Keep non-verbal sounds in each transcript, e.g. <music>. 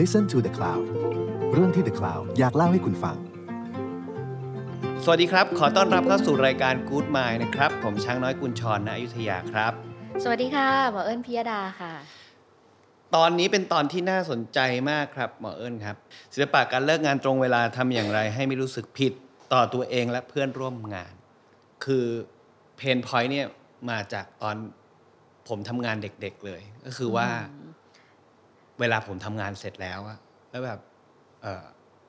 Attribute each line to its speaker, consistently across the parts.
Speaker 1: Listen to the Cloud เรื่องที่ The Cloud อยากเล่าให้คุณฟัง
Speaker 2: สวัสดีครับ ขอต้อนรับเข้าสู่รายการ Good Mind นะครับ ผมช้างน้อยกุญชรณอยุธยาครับ
Speaker 3: สวัสดีค่ะ หมอเอิญพิยดาค่ะ
Speaker 2: ตอนนี้เป็นตอนที่น่าสนใจมากครับ หมอเอิญครับ ศิลปะการเลิกงานตรงเวลาทำอย่างไร ให้ไม่รู้สึกผิดต่อตัวเองและเพื่อนร่วมงาน คือเพนพอย t เนี่ยมาจากตอนผมทำงานเด็กๆเลย ก็คือว่า เวลาผมทำงานเสร็จแล้วอะแล้วแบบเอ่อ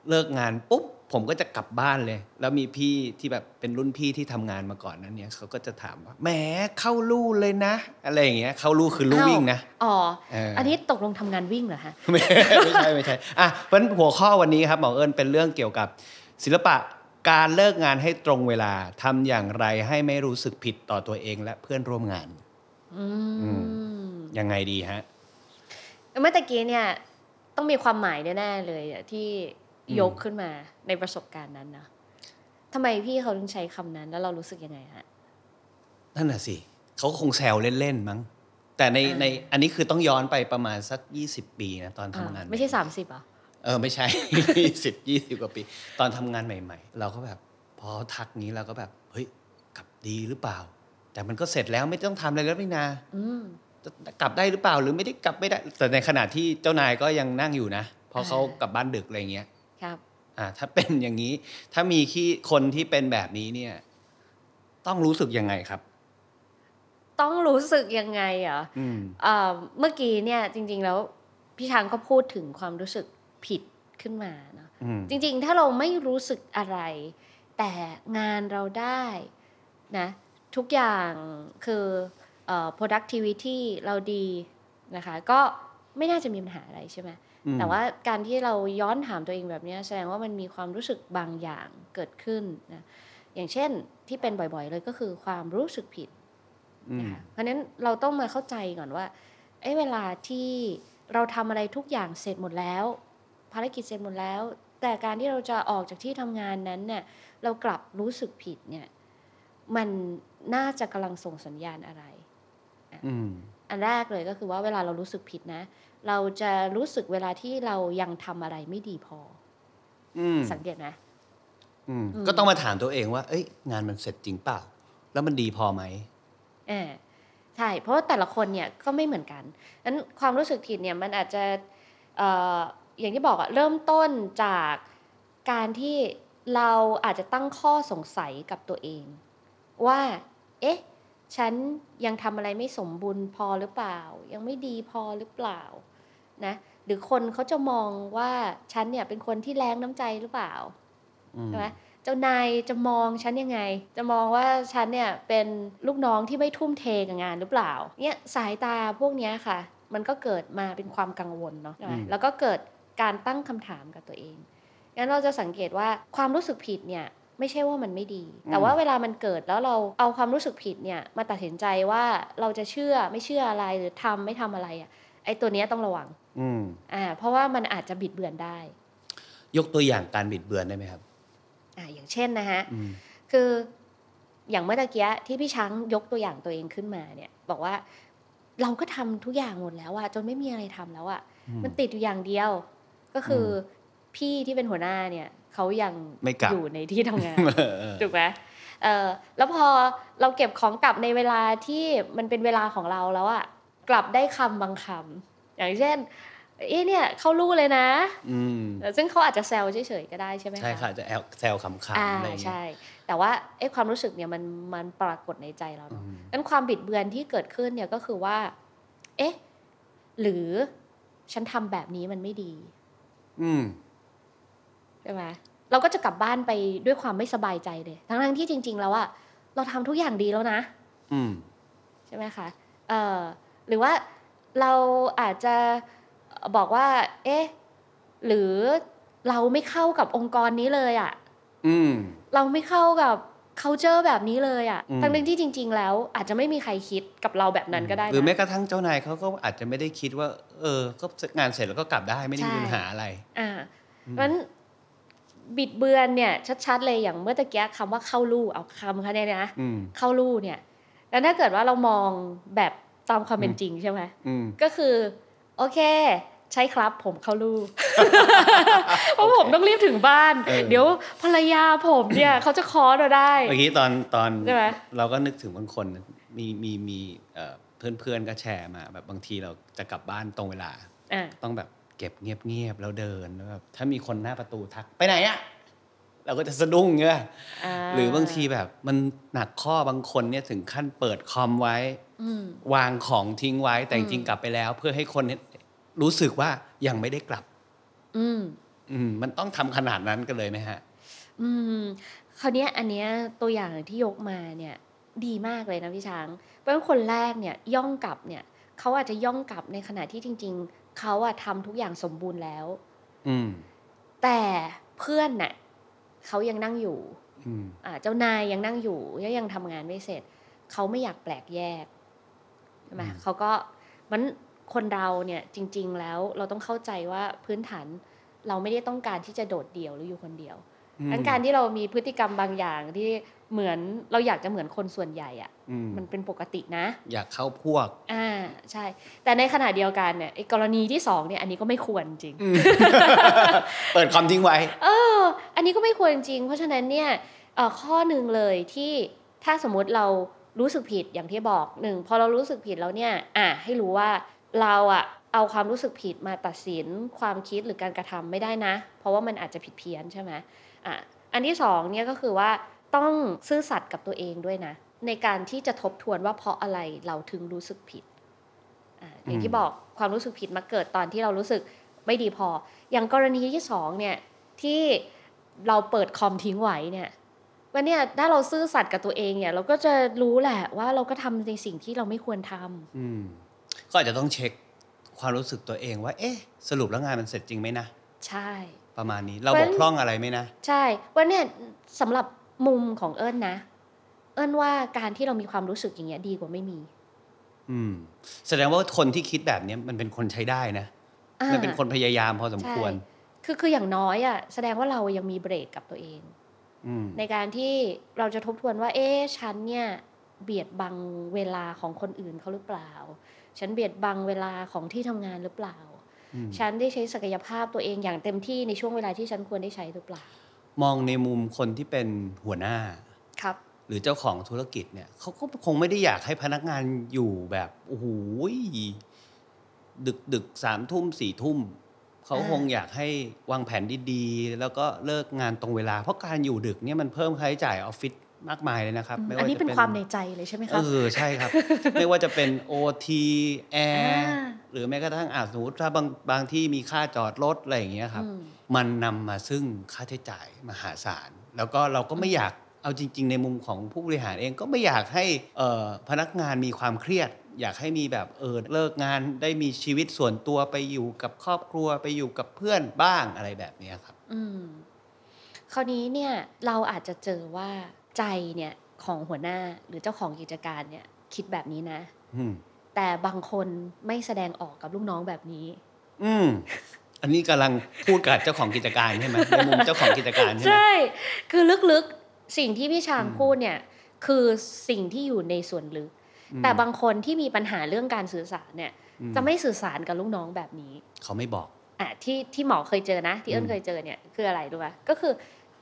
Speaker 2: เลิกงานปุ๊บผมก็จะกลับบ้านเลย แล้วมีพี่ที่แบบเป็นรุ่นพี่ที่ทำงานมาก่อนนั้นเนี่ยเขาก็จะถามว่าแหมเข้าลู่เลยนะ อะไรอย่างเงี้ยเข้าลู่คือลู่วิ่งนะ
Speaker 3: เอ้าอ๋อ
Speaker 2: เอออั
Speaker 3: อันนี้ตกลงทำงานวิ่งเหรอคะ
Speaker 2: ไม่ไม่ใช่ไม่ใช่อ่ะเพราะฉะนั้นหัวข้อวันนี้ครับหมอเอิญเป็นเรื่องเกี่ยวกับศิลปะการเลิกงานให้ตรงเวลาทำอย่างไรให้ไม่รู้สึกผิดต่อตัวเองและเพื่อนร่วมงาน
Speaker 3: อืม
Speaker 2: ยังไงดีฮะ
Speaker 3: เมื่อตะกี้เนี่ย ต้องมีความหมายแน่ๆเลยอะที่
Speaker 2: อืม
Speaker 3: ยกขึ้นมาในประสบการณ์นั้นเนอะทำไมพี่เขาถึงใช้คำนั้น แล้วเรารู้สึกยังไงฮะ
Speaker 2: นั่นน่ะสิเขาคงแซวเล่นๆมั้ง แต่ใน
Speaker 3: อ่า
Speaker 2: ในอันนี้คือต้องย้อนไปประมาณสัก 20 ปีนะตอนทำงาน
Speaker 3: อ่าไม่ใช่สามสิบอ่ะ
Speaker 2: เออไม่ใช่ 20 20กว่าปี ตอนทำงานใหม่ ๆ เราก็แบบพอทักนี้เราก็แบบเฮ้ยกลับดีหรือเปล่า แต่มันก็เสร็จแล้วไม่ต้องทำอะไรแล้วนี่นา
Speaker 3: อืม
Speaker 2: จะกลับได้หรือเปล่าหรือไม่ได้กลับไม่ได้ แต่ในขณะที่เจ้านายก็ยังนั่งอยู่นะเพราะเขา
Speaker 3: อ่า
Speaker 2: กลับบ้านดึกอะไรเงี้ย
Speaker 3: ครับ
Speaker 2: อ่า ถ้าเป็นอย่างนี้ ถ้ามีขี้คนที่เป็นแบบนี้เนี่ย ต้องรู้สึกยังไงครับ
Speaker 3: ต้องรู้สึกยังไงเหรอ
Speaker 2: อืม
Speaker 3: เอ่อเมื่อกี้เนี่ยจริง ๆ แล้วพี่ช้างก็พูดถึงความรู้สึกผิดขึ้นมาเนอะ
Speaker 2: อืม
Speaker 3: จริง ๆ ถ้าเราไม่รู้สึกอะไร แต่งานเราได้นะทุกอย่างคือเอ่อ productivity เราดีนะคะ ก็ไม่น่าจะมีปัญหาอะไรใช่ไหม
Speaker 2: อืม
Speaker 3: แต่ว่าการที่เราย้อนถามตัวเองแบบเนี้ยแสดงว่ามันมีความรู้สึกบางอย่างเกิดขึ้นนะอย่างเช่นที่เป็นบ่อยๆเลยก็คือความรู้สึกผิด
Speaker 2: อืม
Speaker 3: นะคะเพราะฉะนั้นเราต้องมาเข้าใจก่อนว่าเอ้เวลาที่เราทำอะไรทุกอย่างเสร็จหมดแล้ว ภารกิจเสร็จหมดแล้ว แต่การที่เราจะออกจากที่ทำงานนั้นเนี่ยเรากลับรู้สึกผิดเนี่ยมันน่าจะกำลังส่งสัญญาณอะไร
Speaker 2: อืม
Speaker 3: อันแรกเลยก็คือว่าเวลาเรารู้สึกผิดนะ เราจะรู้สึกเวลาที่เรายังทำอะไรไม่ดีพอ
Speaker 2: อืม
Speaker 3: อสังเกตไหม
Speaker 2: อืม
Speaker 3: อืม
Speaker 2: ก็ต้องมาถามตัวเองว่า เอ้ย งานมันเสร็จจริงเปล่า แล้วมันดีพอไหม
Speaker 3: เออใช่ เพราะว่าแต่ละคนเนี่ยก็ไม่เหมือนกันนั้นความรู้สึกผิดเนี่ยมันอาจจะเอ่ออย่างที่บอกอะเริ่มต้นจากการที่เราอาจจะตั้งข้อสงสัยกับตัวเอง ว่า เอ๊ะ ฉันยังทำอะไรไม่สมบูรณ์พอหรือเปล่า ยังไม่ดีพอหรือเปล่านะหรือคนเขาจะมองว่าฉันเนี่ยเป็นคนที่แรงน้ำใจหรือเปล่า
Speaker 2: อืม
Speaker 3: ใช่ไหมเจ้านายจะมองฉันยังไง จะมองว่าฉันเนี่ยเป็นลูกน้องที่ไม่ทุ่มเทกับงานหรือเปล่า เนี่ยสายตาพวกเนี้ยค่ะ มันก็เกิดมาเป็นความกังวลเนาะใช่ไหมแล้วก็เกิดการตั้งคำถามกับตัวเอง งั้นเราจะสังเกตว่าความรู้สึกผิดเนี่ยไม่ใช่ว่ามันไม่ดี แต่ว่าเวลามันเกิดแล้วเราเอาความรู้สึกผิดเนี่ยมาตัดสินใจว่าเราจะเชื่อไม่เชื่ออะไรหรือทำไม่ทำอะไรอ่ะ ไอ้ตัวเนี้ยต้องระวัง
Speaker 2: อืม
Speaker 3: อ่า เพราะว่ามันอาจจะบิดเบือนได้
Speaker 2: ยกตัวอย่างการบิดเบือนได้ไหมครับ
Speaker 3: อ่า อย่างเช่นนะฮะ
Speaker 2: อืม
Speaker 3: คืออย่างเมื่อตะกี้ที่พี่ช้างยกตัวอย่างตัวเองขึ้นมาเนี่ย บอกว่าเราก็ทำทุกอย่างหมดแล้วอะจนไม่มีอะไรทำแล้วอะ
Speaker 2: อืม
Speaker 3: มันติดอยู่อย่างเดียว ก็คืออพี่ที่เป็นหัวหน้าเนี่ยเขายัง
Speaker 2: ไม่กลับ
Speaker 3: อยู่ในที่ทำงาน
Speaker 2: <laughs> เออ
Speaker 3: ถูกไหมเออแล้วพอเราเก็บของกลับในเวลาที่มันเป็นเวลาของเราแล้วอะกลับได้คำบางคำอย่างเช่น เอ๊ะเนี่ยเข้ารู้เลยนะ
Speaker 2: อืม
Speaker 3: ซึ่งเขาอาจจะแซวเฉยๆก็ได้ใช่ไหม
Speaker 2: ใช่ค่ะจะแอลแซวขำๆ
Speaker 3: อ่า
Speaker 2: อะไรอย่างเงี้ย
Speaker 3: ใช่ แต่ว่าไอ้ความรู้สึกเนี่ยมันมันปรากฏในใจเราเนาะ
Speaker 2: อืม
Speaker 3: งั้นความบิดเบือนที่เกิดขึ้นเนี่ยก็คือว่า เอ๊ะ หรือฉันทำแบบนี้มันไม่ดี
Speaker 2: อืม
Speaker 3: ใช่ไหมเราก็จะกลับบ้านไปด้วยความไม่สบายใจเลย ทั้งทั้งๆที่จริง ๆ แล้วอะเราทำทุกอย่างดีแล้วนะ
Speaker 2: อืม
Speaker 3: ใช่ไหมคะเอ่อหรือว่าเราอาจจะบอกว่า เอ๊ะ หรือเราไม่เข้ากับองค์กรนี้เลยอะ
Speaker 2: อืม
Speaker 3: เราไม่เข้ากับ culture แบบนี้เลยอะ
Speaker 2: อืม
Speaker 3: ทั้งๆที่จริง ๆ แล้ว อาจจะไม่มีใครคิดกับเราแบบนั้นก็ได้นะ
Speaker 2: หรือแม้กระทั่งเจ้านายเขาก็อาจจะไม่ได้คิดว่า เออ ก็งานเสร็จแล้วก็กลับได้ไม่ได้มี
Speaker 3: ใช่
Speaker 2: ปัญหาอะไร
Speaker 3: อ่าเพราะฉะนั้นบิดเบือนเนี่ย ชัด ๆ เลยอย่างเมื่อตะกี้คำว่าเข้าลู่เอาคำเขาเนี่ยนะ
Speaker 2: อืม
Speaker 3: เข้าลู่เนี่ย แล้วถ้าเกิดว่าเรามองแบบตามความเป็นจริงใช่ไหม
Speaker 2: อืม
Speaker 3: ก็คือ โอเค ใช่ครับผมเข้าลู
Speaker 2: <laughs>
Speaker 3: ก เพราะผมต้องรีบถึงบ้าน
Speaker 2: เออ
Speaker 3: เดี๋ยวภรรยาผมเนี่ย เขาจะคอเราได้
Speaker 2: เมื่อกี้ตอนตอน
Speaker 3: ใช่ไหม
Speaker 2: เราก็นึกถึงบางคน มีมีมีเอ่อเพื่อนเพื่อนๆก็แชร์มา แบบบางทีเราจะกลับบ้านตรงเวลา
Speaker 3: อ่ะ
Speaker 2: ต้องแบบเก็บเงียบๆแล้วเดินแล้วแบบถ้ามีคนหน้าประตูทักไปไหนอะเราก็จะสะดุ้งเงี้ย
Speaker 3: า
Speaker 2: หรือบางทีแบบมันหนักข้อบางคนเนี่ยถึงขั้นเปิดคอมไว้
Speaker 3: อืม
Speaker 2: วางของทิ้งไว้แต่
Speaker 3: อื
Speaker 2: จ
Speaker 3: ม
Speaker 2: ริงๆกลับไปแล้ว เพื่อให้คนเนี่ยรู้สึกว่ายังไม่ได้กลับ
Speaker 3: อืม
Speaker 2: อืมมันต้องทำขนาดนั้นกันเลยไหมฮะ
Speaker 3: อืมคราวเนี้ยอันเนี้ยตัวอย่างที่ยกมาเนี่ยดีมากเลยนะพี่ช้างเพราะว่าคนแรกเนี่ยย่องกลับเนี่ยเขาอาจจะย่องกลับในขณะที่จริง ๆเขาอะทำทุกอย่างสมบูรณ์แล้ว
Speaker 2: อืม
Speaker 3: แต่เพื่อนน่ะเขายังนั่งอยู่
Speaker 2: อืม
Speaker 3: อ่าเจ้านายยังนั่งอยู่แล้วยังทำงานไม่เสร็จเขาไม่อยากแปลกแยกใช่ไหม
Speaker 2: อืม
Speaker 3: เขาก็มันคนเราเนี่ยจริง ๆ แล้วเราต้องเข้าใจว่าพื้นฐานเราไม่ได้ต้องการที่จะโดดเดี่ยวหรืออยู่คนเดียว
Speaker 2: อืม
Speaker 3: อันการที่เรามีพฤติกรรมบางอย่างที่เหมือนเราอยากจะเหมือนคนส่วนใหญ่อะ
Speaker 2: อืม
Speaker 3: มันเป็นปกตินะ
Speaker 2: อยากเข้าพวก
Speaker 3: อ่าใช่ แต่ในขณะเดียวกันเนี่ยไอ้กรณีที่สองเนี่ยอันนี้ก็ไม่ควรจริง
Speaker 2: <laughs> เปิดคอมทิ้งไว้
Speaker 3: เออ อันนี้ก็ไม่ควรจริง เพราะฉะนั้นเนี่ยเอ่อข้อหนึ่งเลยที่ถ้าสมมุติเรารู้สึกผิดอย่างที่บอกหนึ่งพอเรารู้สึกผิดแล้วเนี่ยอ่ะให้รู้ว่าเราอะเอาความรู้สึกผิดมาตัดสินความคิดหรือการกระทำไม่ได้นะ เพราะว่ามันอาจจะผิดเพี้ยนใช่ไหมอ่ะอันที่สองเนี่ยก็คือว่าต้องซื่อสัตย์กับตัวเองด้วยนะ ในการที่จะทบทวนว่าเพราะอะไรเราถึงรู้สึกผิดอ่ะอย่างที่
Speaker 2: อืม
Speaker 3: บอกความรู้สึกผิดมาเกิดตอนที่เรารู้สึกไม่ดีพอ อย่างกรณีที่สองเนี่ย ที่เราเปิดคอมทิ้งไว้เนี่ยวันเนี่ยถ้าเราซื่อสัตย์กับตัวเองเนี่ย เราก็จะรู้แหละว่าเราก็ทำในสิ่งที่เราไม่ควรทำ
Speaker 2: อืม ก็อาจจะต้องเช็คความรู้สึกตัวเองว่า เอ๊ะ สรุปแล้วงานมันเสร็จจริงไหมนะ
Speaker 3: ใช่
Speaker 2: ประมาณนี้เรา
Speaker 3: เพ
Speaker 2: บ
Speaker 3: ราะ
Speaker 2: กพร่องอะไรไหมนะ
Speaker 3: ใช่วันเนี่ยสำหรับมุมของเอิญนะ เอิญว่าการที่เรามีความรู้สึกอย่างเงี้ยดีกว่าไม่มี
Speaker 2: อืม แสดงว่าคนที่คิดแบบเนี้ยมันเป็นคนใช้ได้นะ
Speaker 3: อ่า
Speaker 2: มันเป็นคนพยายามพอสมควร
Speaker 3: ใช่คือคืออย่างน้อยอะ่ะแสดงว่าเรายังมีเบรกกับตัวเอง
Speaker 2: อืม
Speaker 3: ในการที่เราจะทบทวนว่า เอ๊ะฉันเนี่ยเบียดบังเวลาของคนอื่นเขาหรือเปล่า ฉันเบียดบังเวลาของที่ทำงานหรือเปล่า
Speaker 2: อืม
Speaker 3: ฉันได้ใช้ศักยภาพตัวเองอย่างเต็มที่ในช่วงเวลาที่ฉันควรได้ใช้หรือเปล่า
Speaker 2: มองในมุมคนที่เป็นหัวหน้า
Speaker 3: ครับ
Speaker 2: หรือเจ้าของธุรกิจเนี่ยเขาก็คงไม่ได้อยากให้พนักงานอยู่แบบโอ้โหยดึกดึกสามทุ่มสี่ทุ่มเขา
Speaker 3: อ่า
Speaker 2: คงอยากให้วางแผนดีๆ แล้วก็เลิกงานตรงเวลา เพราะการอยู่ดึกเนี่ยมันเพิ่มค่าใช้จ่ายออฟฟิศมากมายเลยนะครับไม่
Speaker 3: อัน
Speaker 2: ว่า
Speaker 3: นี้
Speaker 2: จะ
Speaker 3: เป็นความในใจเลยใช่ไหมค
Speaker 2: เอ
Speaker 3: รับ
Speaker 2: อใช่ครับ ไม่ว่าจะเป็นโอทีแอร์
Speaker 3: อ่า
Speaker 2: หรือแม้กระทั่งอาจสมมติถ้าบางบางที่มีค่าจอดรถอะไรอย่างเงี้ยครับ
Speaker 3: อืม
Speaker 2: มันนำมาซึ่งค่าใช้จ่ายมหาศาล แล้วก็เราก็ไม่อยากเอาจริง ๆ ในมุมของผู้บริหารเองก็ไม่อยากให้เอ่อพนักงานมีความเครียด อยากให้มีแบบเออเลิกงานได้มีชีวิตส่วนตัวไปอยู่กับครอบครัวไปอยู่กับเพื่อนบ้างอะไรแบบเนี้ยครับ
Speaker 3: อืมคราวนี้เนี่ยเราอาจจะเจอว่าใจเนี่ยของหัวหน้าหรือเจ้าของกิจการเนี่ยคิดแบบนี้นะ
Speaker 2: อืม
Speaker 3: แต่บางคนไม่แสดงออกกับลูกน้องแบบนี้
Speaker 2: อืมอันนี้กำลังพูดกับเจ้าของกิจการใช่ไหมในมุมเจ้าของกิจการใช่ไหม
Speaker 3: ใช่ คือลึกๆ สิ่งที่พี่ช้าง
Speaker 2: อืม
Speaker 3: พูดเนี่ย คือสิ่งที่อยู่ในส่วนลึก
Speaker 2: อืม
Speaker 3: แต่บางคนที่มีปัญหาเรื่องการสื่อสารเนี่ย
Speaker 2: อื
Speaker 3: จะไม่สื่อสารกับลูกน้องแบบนี้
Speaker 2: เขาไม่บอก
Speaker 3: อ่ะที่ที่หมอเคยเจอนะ ที่เอิญ
Speaker 2: อืม
Speaker 3: เคยเจอเนี่ยคืออะไรรู้ป่ะก็คือ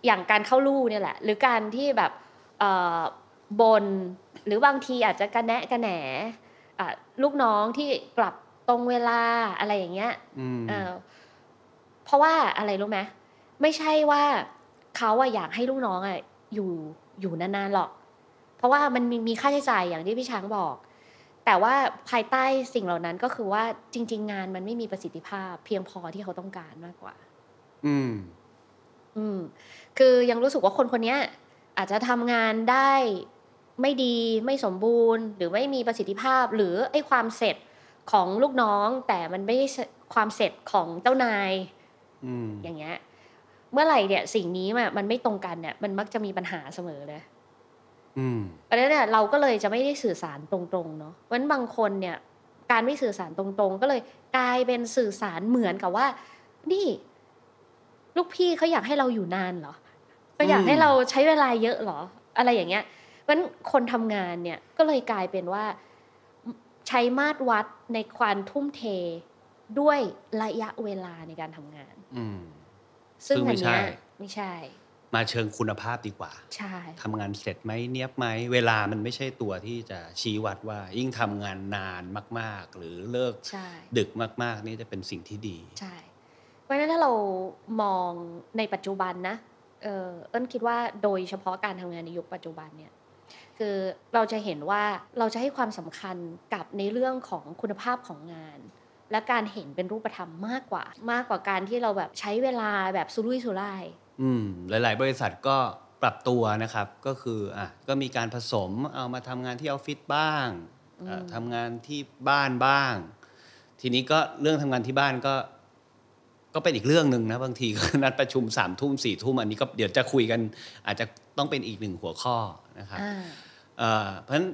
Speaker 3: อย่างการเข้าลู่เนี่ยแหละ หรือการที่แบบเอ่อบนหรือบางทีอาจจะกระแนะกระแหนอ่ะลูกน้องที่กลับตรงเวลาอะไรอย่างเงี้ย
Speaker 2: อืม
Speaker 3: เอ่อเพราะว่าอะไรรู้ไหมไม่ใช่ว่าเขาอะอยากให้ลูกน้องอะอยู่อยู่นานๆหรอก เพราะว่ามันมีมีค่าใช้จ่ายอย่างที่พี่ช้างบอก แต่ว่าภายใต้สิ่งเหล่านั้นก็คือว่าจริง ๆ งานมันไม่มีประสิทธิภาพ เพียงพอที่เขาต้องการมากกว่า
Speaker 2: อืม
Speaker 3: อืมคือยังรู้สึกว่าคนคนเนี้ยอาจจะทำงานได้ไม่ดีไม่สมบูรณ์ หรือไม่มีประสิทธิภาพ หรือไอ้ความเสร็จของลูกน้อง แต่มันไม่ได้ความเสร็จของเจ้านาย
Speaker 2: อืม
Speaker 3: อย่างเงี้ยเมื่อไหร่เนี่ยสิ่งนี้มันมันไม่ตรงกันเนี่ยมันมักจะมีปัญหาเสมอเลย
Speaker 2: อืม
Speaker 3: เพราะฉะนั้นเนี่ยเราก็เลยจะไม่ได้สื่อสารตรงๆเนาะเพราะฉะนั้นบางคนเนี่ยการไม่สื่อสารตรงๆ ก็เลยกลายเป็นสื่อสารเหมือนกับว่า นี่ ลูกพี่เขาอยากให้เราอยู่นานเหรอก็อยากให้เราใช้เวลาเยอะเหรอ อะไรอย่างเงี้ยเพราะฉะนั้นคนทำงานเนี่ยก็เลยกลายเป็นว่า ใช้มาตรวัดในความทุ่มเท ด้วยระยะเวลาในการทำงาน
Speaker 2: อืม
Speaker 3: ซึ่ง
Speaker 2: ซึ่งไม่
Speaker 3: อันเนี้ย
Speaker 2: ใช่
Speaker 3: ไม่ใช่
Speaker 2: มาเชิงคุณภาพดีกว่า
Speaker 3: ใช่
Speaker 2: ทำงานเสร็จไหมเนียบไหมเวลามันไม่ใช่ตัวที่จะชี้วัดว่า ยิ่งทำงานนานมาก ๆ หรือเลิก
Speaker 3: ใช่
Speaker 2: ดึกมาก ๆ นี่จะเป็นสิ่งที่ดี
Speaker 3: ใช่ เพราะฉะนั้นถ้าเรามองในปัจจุบันนะ เออเอิ้นคิดว่าโดยเฉพาะการทำงานในยุคปัจจุบันเนี่ย คือเราจะเห็นว่าเราจะให้ความสำคัญกับในเรื่องของคุณภาพของงาน และการเห็นเป็นรูปธรรมมากกว่า มากกว่าการที่เราแบบใช้เวลาแบบสุรุ่ยสุร่าย
Speaker 2: อืมหลาย ๆ บริษัทก็ปรับตัวนะครับ ก็คืออ่ะก็มีการผสมเอามาทำงานที่ออฟฟิศบ้างเอ่อ
Speaker 3: อืม
Speaker 2: ทำงานที่บ้านบ้าง ทีนี้ก็เรื่องทำงานที่บ้านก็ ก็เป็นอีกเรื่องหนึ่งนะบางทีก็ <laughs> นัดประชุมสามทุ่มสี่ทุ่มอันนี้ก็เดี๋ยวจะคุยกัน อาจจะต้องเป็นอีกหนึ่งหัวข้อนะครับ
Speaker 3: อ่า
Speaker 2: เอ่อเพราะฉะนั้น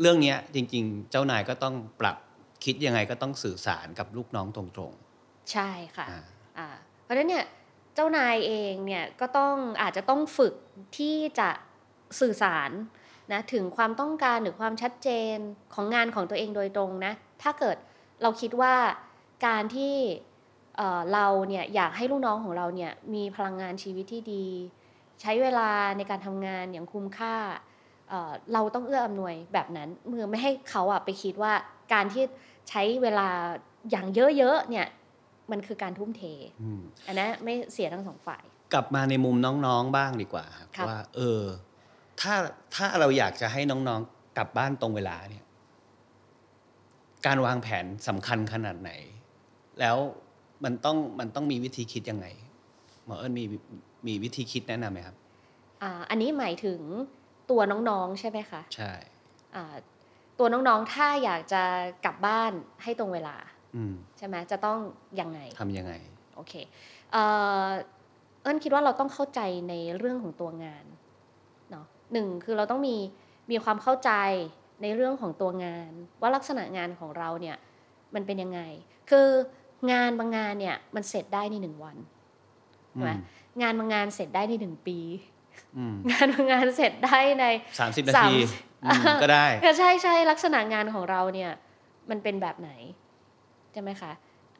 Speaker 2: เรื่องเนี้ยจริง ๆ เจ้านายก็ต้องปรับคิดยังไงก็ต้องสื่อสารกับลูกน้องตรง
Speaker 3: ใช่ค่ะ
Speaker 2: ๆอ่า
Speaker 3: อ่าเพราะฉะนั้นเนี่ยเจ้านายเองเนี่ยก็ต้องอาจจะต้องฝึกที่จะสื่อสารนะถึงความต้องการหรือความชัดเจนของงานของตัวเองโดยตรงนะถ้าเกิดเราคิดว่าการที่เอ่อเราเนี่ยอยากให้ลูกน้องของเราเนี่ยมีพลังงานชีวิตที่ดี ใช้เวลาในการทำงานอย่างคุ้มค่าเอ่อเราต้องเอื้ออำนวยแบบนั้นเมื่อไม่ให้เขาอะไปคิดว่าการที่ใช้เวลาอย่างเยอะๆเนี่ยมันคือการทุ่มเท
Speaker 2: อืม
Speaker 3: อันนั้นไม่เสียทั้งสองฝ่าย
Speaker 2: กลับมาในมุมน้องๆบ้างดีกว่าครับ
Speaker 3: ครับ
Speaker 2: ว่า เออ ถ้าถ้าเราอยากจะให้น้องๆ กลับบ้านตรงเวลาเนี่ย การวางแผนสำคัญขนาดไหน แล้วมันต้องมันต้องมีวิธีคิดยังไงหมอเอิญมีมีวิธีคิดแนะนำไหมครับ
Speaker 3: อ่าอันนี้หมายถึงตัวน้องๆใช่ไหมคะ
Speaker 2: ใช่
Speaker 3: อ่าตัวน้องๆถ้าอยากจะกลับบ้านให้ตรงเวลา
Speaker 2: อืม
Speaker 3: ใช่ไหมจะต้องยังไง
Speaker 2: ทำยังไง
Speaker 3: โอเคเอ่อเอิญคิดว่าเราต้องเข้าใจในเรื่องของตัวงานเนาะหนึ่งคือเราต้องมีมีความเข้าใจในเรื่องของตัวงาน ว่าลักษณะงานของเราเนี่ยมันเป็นยังไง คืองานบางงานเนี่ยมันเสร็จได้ในหนึ่งวันใช่ไหม
Speaker 2: อืม
Speaker 3: งานบางงานเสร็จได้ในหนึ่งปี
Speaker 2: อืม
Speaker 3: งาน <laughs> บางงานเสร็จได้ใน
Speaker 2: สามสิบนา
Speaker 3: สาม
Speaker 2: ทีอืมก็ได้
Speaker 3: ก็ใช่ใช่ลักษณะงานของเราเนี่ยมันเป็นแบบไหน ใช่ไหมคะ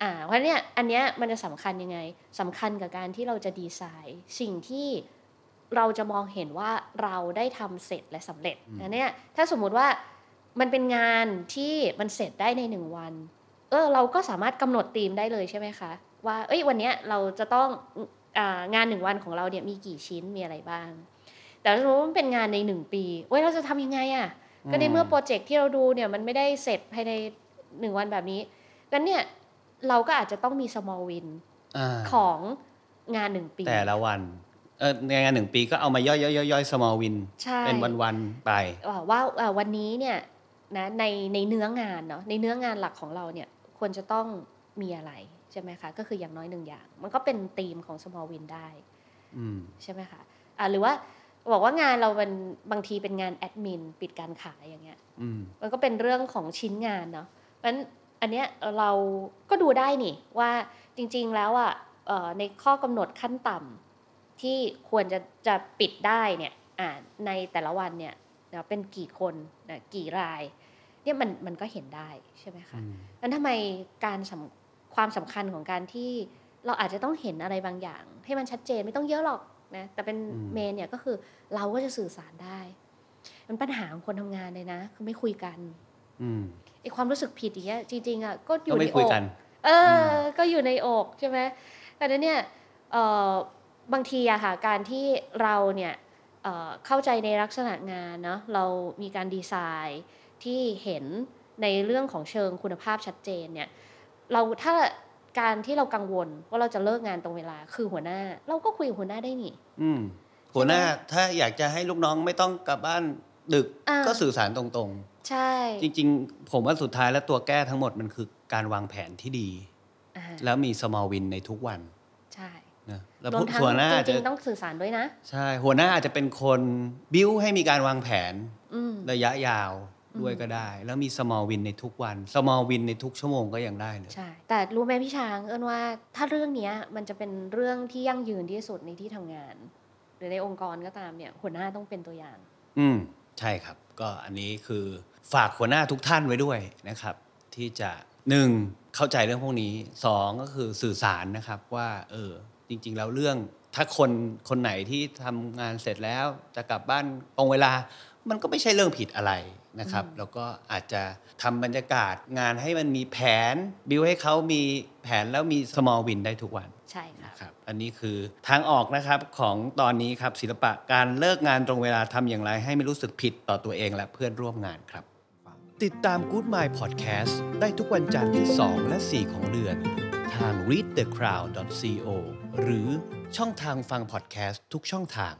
Speaker 3: อ่าเพราะเนี่ยอันเนี้ยมันจะสำคัญยังไงสำคัญกับการที่เราจะดีไซน์สิ่งที่เราจะมองเห็นว่าเราได้ทำเสร็จและสำเร็จ
Speaker 2: อืม
Speaker 3: อันเนี้ยถ้าสมมุติว่ามันเป็นงานที่มันเสร็จได้ในหนึ่งวัน เออเราก็สามารถกำหนดธีมได้เลยใช่ไหมคะ ว่าเอ้ยวันเนี้ยเราจะต้องอ่างานหนึ่งวันของเราเนี่ยมีกี่ชิ้นมีอะไรบ้าง แต่ถ้าสมมติว่ามันเป็นงานในหนึ่งปีเว้ยเราจะทำยังไงอะ่ะ ก็ในเมื่อโปรเจกต์ที่เราดูเนี่ยมันไม่ได้เสร็จภายในหนึ่งวันแบบนี้งั้นเนี่ยเราก็อาจจะต้องมี small win
Speaker 2: อ่า
Speaker 3: ของงานหนึ่งปี
Speaker 2: แต่ละวัน เออในงานหนึ่งปีก็เอามาย่อยๆย่อยๆ small win
Speaker 3: ใช่
Speaker 2: เป็นวันๆไป
Speaker 3: ว่าว่าเอ่อวันนี้เนี่ยนะในในเนื้องานเนาะในเนื้องานหลักของเราเนี่ยควรจะต้องมีอะไรใช่ไหมคะ ก็คืออย่างน้อยหนึ่งอย่าง มันก็เป็นธีมของ small win ได้
Speaker 2: อืม
Speaker 3: ใช่ไหมคะอ่ะหรือว่าบอกว่างานเราเป็นบางทีเป็นงานแอดมินปิดการขายอย่างเงี้ย
Speaker 2: อืม
Speaker 3: มันก็เป็นเรื่องของชิ้นงานเนาะเพราะฉะนั้นอันเนี้ยเราก็ดูได้นี่ว่าจริงๆแล้วอ่ะเอ่อในข้อกำหนดขั้นต่ำที่ควรจะจะปิดได้เนี่ยอ่าในแต่ละวันเนี่ยเนอะเป็นกี่คนนะกี่รายเนี่ยมันมันก็เห็นได้ใช่ไหมคะ นั้นทำไมการสำความสำคัญของการที่เราอาจจะต้องเห็นอะไรบางอย่าง ให้มันชัดเจนไม่ต้องเยอะหรอกนะแต่เป็น
Speaker 2: อืม
Speaker 3: เมนเนี่ยก็คือเราก็จะสื่อสารได้ มันปัญหาของคนทำงานเลยนะ คือไม่คุยกัน
Speaker 2: อืม
Speaker 3: ไอความรู้สึกผิดอย่างเงี้ยจริงๆอ่ะก็อ
Speaker 2: ก็
Speaker 3: ยู่ใน
Speaker 2: ไม่
Speaker 3: อ
Speaker 2: คุย
Speaker 3: ก
Speaker 2: กัน
Speaker 3: เอออ ก็อยู่ในอกใช่ไหมแต่นั้นเนี่ยเอ่อบางทีอะค่ะการที่เราเนี่ยเอ่อเข้าใจในลักษณะงานเนาะเรามีการดีไซน์ ที่เห็นในเรื่องของเชิงคุณภาพชัดเจนเนี่ยเราถ้าการที่เรากังวลว่าเราจะเลิกงานตรงเวลาคือหัวหน้า เราก็คุยกับหัวหน้าได้นี่
Speaker 2: อืมหัวหน้าถ้าอยากจะให้ลูกน้องไม่ต้องกลับบ้านดึก
Speaker 3: อ่า
Speaker 2: ก็สื่อสารตรง
Speaker 3: ใช่
Speaker 2: ๆ จริงๆ ผมว่าสุดท้ายแล้วตัวแก้ทั้งหมดมันคือการวางแผนที่ดี
Speaker 3: อ่า
Speaker 2: แล้วมี small win ในทุกวัน
Speaker 3: ใช่
Speaker 2: นะแล้ว
Speaker 3: รวมทั้ง
Speaker 2: หัวหน้า
Speaker 3: จ
Speaker 2: อาจ
Speaker 3: ริ
Speaker 2: จะ
Speaker 3: งๆต้องสื่อสารด้วยนะ
Speaker 2: ใช่หัวหน้าอาจจะเป็นคนบิ้วให้มีการวางแผน
Speaker 3: อืม
Speaker 2: ระยะยาวด้วยก็ได้ แล้วมี small win ในทุกวัน small win ในทุกชั่วโมงก็ยังได้เลย
Speaker 3: ใช่ แต่รู้ไหมพี่ช้างเอินว่าถ้าเรื่องเนี้ยมันจะเป็นเรื่องที่ยั่งยืนที่สุดในที่ทำงาน หรือในองค์กรก็ตามเนี่ยหัวหน้าต้องเป็นตัวอย่าง
Speaker 2: อืมใช่ครับ ก็อันนี้คือฝากหัวหน้าทุกท่านไว้ด้วยนะครับ ที่จะ หนึ่งเข้าใจเรื่องพวกนี้สองก็คือสื่อสารนะครับว่า เออ จริง ๆ แล้วเรื่องถ้าคนคนไหนที่ทำงานเสร็จแล้วจะกลับบ้านตรงเวลา มันก็ไม่ใช่เรื่องผิดอะไรนะครับ แล้วก็อาจจะทำบรรยากาศงานให้มันมีแผนบิวให้เขามีแผนแล้วมี small win ได้ทุกวัน
Speaker 3: ใช่ค่ะ
Speaker 2: นะครับอันนี้คือทางออกนะครับของตอนนี้ครับศิลปะการเลิกงานตรงเวลาทำอย่างไรให้ไม่รู้สึกผิดต่อตัวเองและเพื่อนร่วมงานครับ ติดตาม Good Mind Podcast ได้ทุกวันจันทร์ที่ 2 และ 4 ของเดือน ทาง readthecrowd.co หรือช่องทางฟัง podcast ทุกช่องทาง